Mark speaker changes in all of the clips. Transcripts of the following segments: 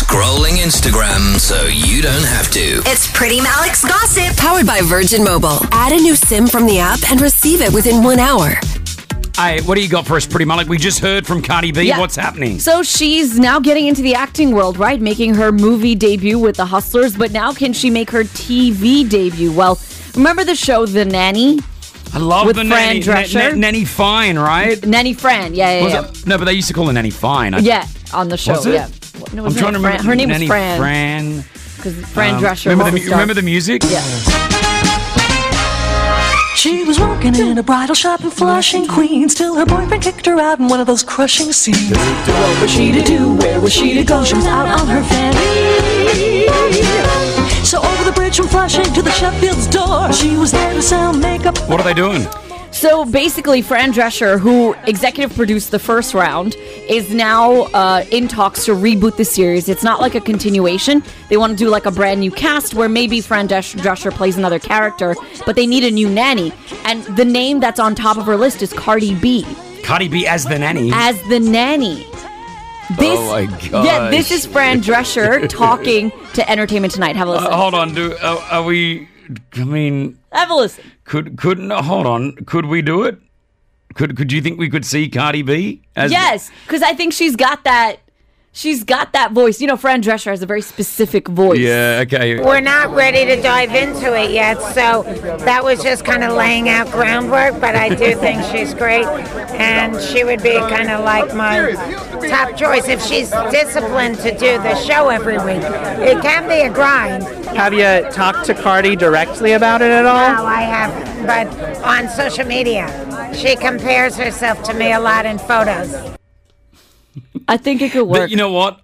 Speaker 1: scrolling Instagram so you don't have to.
Speaker 2: It's Pretty Malik's Gossip.
Speaker 3: Powered by Virgin Mobile. Add a new SIM from the app and receive it within one hour.
Speaker 4: Hey, what do you got for us, Pretty Malik? We just heard from Cardi B.
Speaker 5: Yeah.
Speaker 4: What's happening?
Speaker 5: So she's now getting into the acting world, right? Making her movie debut with The Hustlers, but now can she make her TV debut? Well, remember the show The Nanny?
Speaker 4: I love
Speaker 5: with
Speaker 4: the
Speaker 5: Fran
Speaker 4: nanny, na-
Speaker 5: Drescher?
Speaker 4: na- nanny fine, right?
Speaker 5: Nanny Fran, yeah, yeah,
Speaker 4: Was
Speaker 5: yeah.
Speaker 4: it? No, but they used to call her nanny fine. I-
Speaker 5: Yeah, on the show,
Speaker 4: Was it?
Speaker 5: yeah. No,
Speaker 4: I'm
Speaker 5: wasn't
Speaker 4: trying
Speaker 5: it
Speaker 4: to
Speaker 5: Fran?
Speaker 4: remember.
Speaker 5: Her name
Speaker 4: nanny
Speaker 5: was Fran.
Speaker 4: Fran.
Speaker 5: Because Fran
Speaker 4: Um,
Speaker 5: Drescher.
Speaker 4: remember,
Speaker 5: was
Speaker 4: the, mu- remember the music?
Speaker 5: Yeah.
Speaker 6: She was working in a bridal shop in Flushing, Queens, till her boyfriend kicked her out in one of those crushing scenes. What was she to do? Where was she to go? She was out on her fanny. So over the bridge from Flushing to the Sheffield's door, she was there to sell makeup.
Speaker 4: What are they doing?
Speaker 5: So basically, Fran Drescher, who executive produced the first round, is now uh, in talks to reboot the series. It's not like a continuation. They want to do like a brand new cast where maybe Fran Dresch- Drescher plays another character, but they need a new nanny. And the name that's on top of her list is Cardi B
Speaker 4: Cardi B as the nanny.
Speaker 5: as the nanny. This,
Speaker 4: Oh my
Speaker 5: Yeah, this
Speaker 4: gosh.
Speaker 5: is Fran Drescher talking to Entertainment Tonight. Have a listen.
Speaker 4: Uh, hold on, do uh, are we? I mean,
Speaker 5: Have a listen.
Speaker 4: could could no, hold on? Could we do it? Could could you think we could see Cardi B? As
Speaker 5: Yes, because I think she's got that. She's got that voice. You know, Fran Drescher has a very specific voice.
Speaker 4: Yeah. Okay.
Speaker 7: We're not ready to dive into it yet, so that was just kind of laying out groundwork. But I do think she's great, and she would be kind of like my top choice if she's disciplined to do the show every week. It can be a grind.
Speaker 8: Have you talked to Cardi directly about it at all?
Speaker 7: No, I haven't. But on social media, she compares herself to me a lot in photos.
Speaker 5: I think it could work.
Speaker 4: But you know what?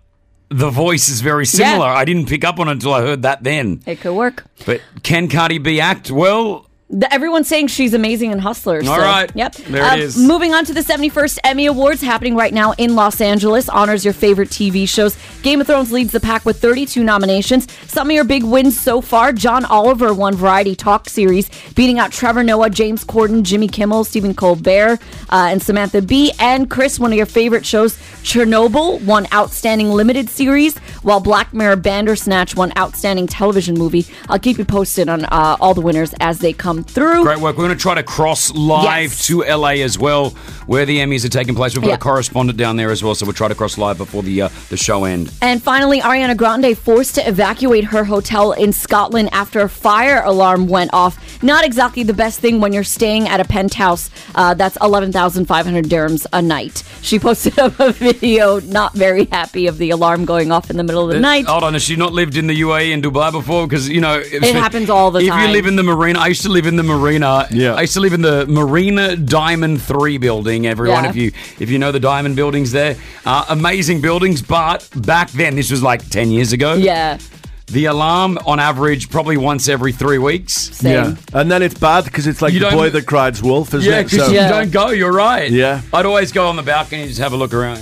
Speaker 4: The voice is very similar. I didn't pick up on it until I heard that then.
Speaker 5: it could work.
Speaker 4: But can Cardi B act? Well,
Speaker 5: The- everyone's saying she's amazing in Hustlers.
Speaker 4: All
Speaker 5: so-
Speaker 4: right.
Speaker 5: Yep. Uh,
Speaker 4: There it is.
Speaker 5: Moving on to the 71st Emmy Awards happening right now in Los Angeles. Honors your favorite TV shows. Game of Thrones leads the pack with 32 nominations. Some of your big wins so far. John Oliver won Variety Talk Series, beating out Trevor Noah, James Corden, Jimmy Kimmel, Stephen Colbert, uh, and Samantha Bee. And Chris, one of your favorite shows, Chernobyl, won Outstanding Limited Series, while Black Mirror Bandersnatch won Outstanding Television Movie. I'll keep you posted on uh, all the winners as they come through.
Speaker 4: great work. We're going to try to cross live
Speaker 5: Yes.
Speaker 4: to LA as well, where the Emmys are taking place. We've got
Speaker 5: Yeah.
Speaker 4: a correspondent down there as well, so we'll try to cross live before the uh, the show end.
Speaker 5: And finally, Ariana Grande forced to evacuate her hotel in Scotland after a fire alarm went off. Not exactly the best thing when you're staying at a penthouse uh, that's 11,500 dirhams a night. She posted up a video, not very happy of the alarm going off in the middle of the night.
Speaker 4: Hold on, has she not lived in the UAE and Dubai before? Because you know if-
Speaker 5: It happens all the
Speaker 4: If
Speaker 5: time.
Speaker 4: you live in the marina, I used to live in the marina.
Speaker 9: Yeah.
Speaker 4: I used to live in the Marina Diamond Three building. Everyone,
Speaker 5: Yeah.
Speaker 4: if you if you know the Diamond buildings there, uh, amazing buildings. But back then, this was like ten years ago.
Speaker 5: Yeah,
Speaker 4: The alarm on average probably once every three weeks.
Speaker 5: same.
Speaker 9: And then it's bad because it's like
Speaker 4: You
Speaker 9: the
Speaker 4: don't-
Speaker 9: boy that cried wolf, isn't
Speaker 4: Yeah,
Speaker 9: it?
Speaker 4: because you
Speaker 5: Yeah.
Speaker 4: don't go. You're right.
Speaker 9: Yeah.
Speaker 4: I'd always go on the balcony and just have a look around.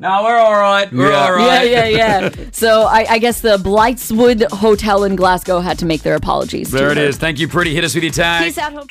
Speaker 4: No, we're all right. We're
Speaker 9: Yeah.
Speaker 4: all right.
Speaker 5: Yeah, yeah, yeah. so I, I guess the Blightswood Hotel in Glasgow had to make their apologies. to
Speaker 4: There it
Speaker 5: her.
Speaker 4: is. Thank you, pretty. Hit us with your tag.
Speaker 5: Peace out, home.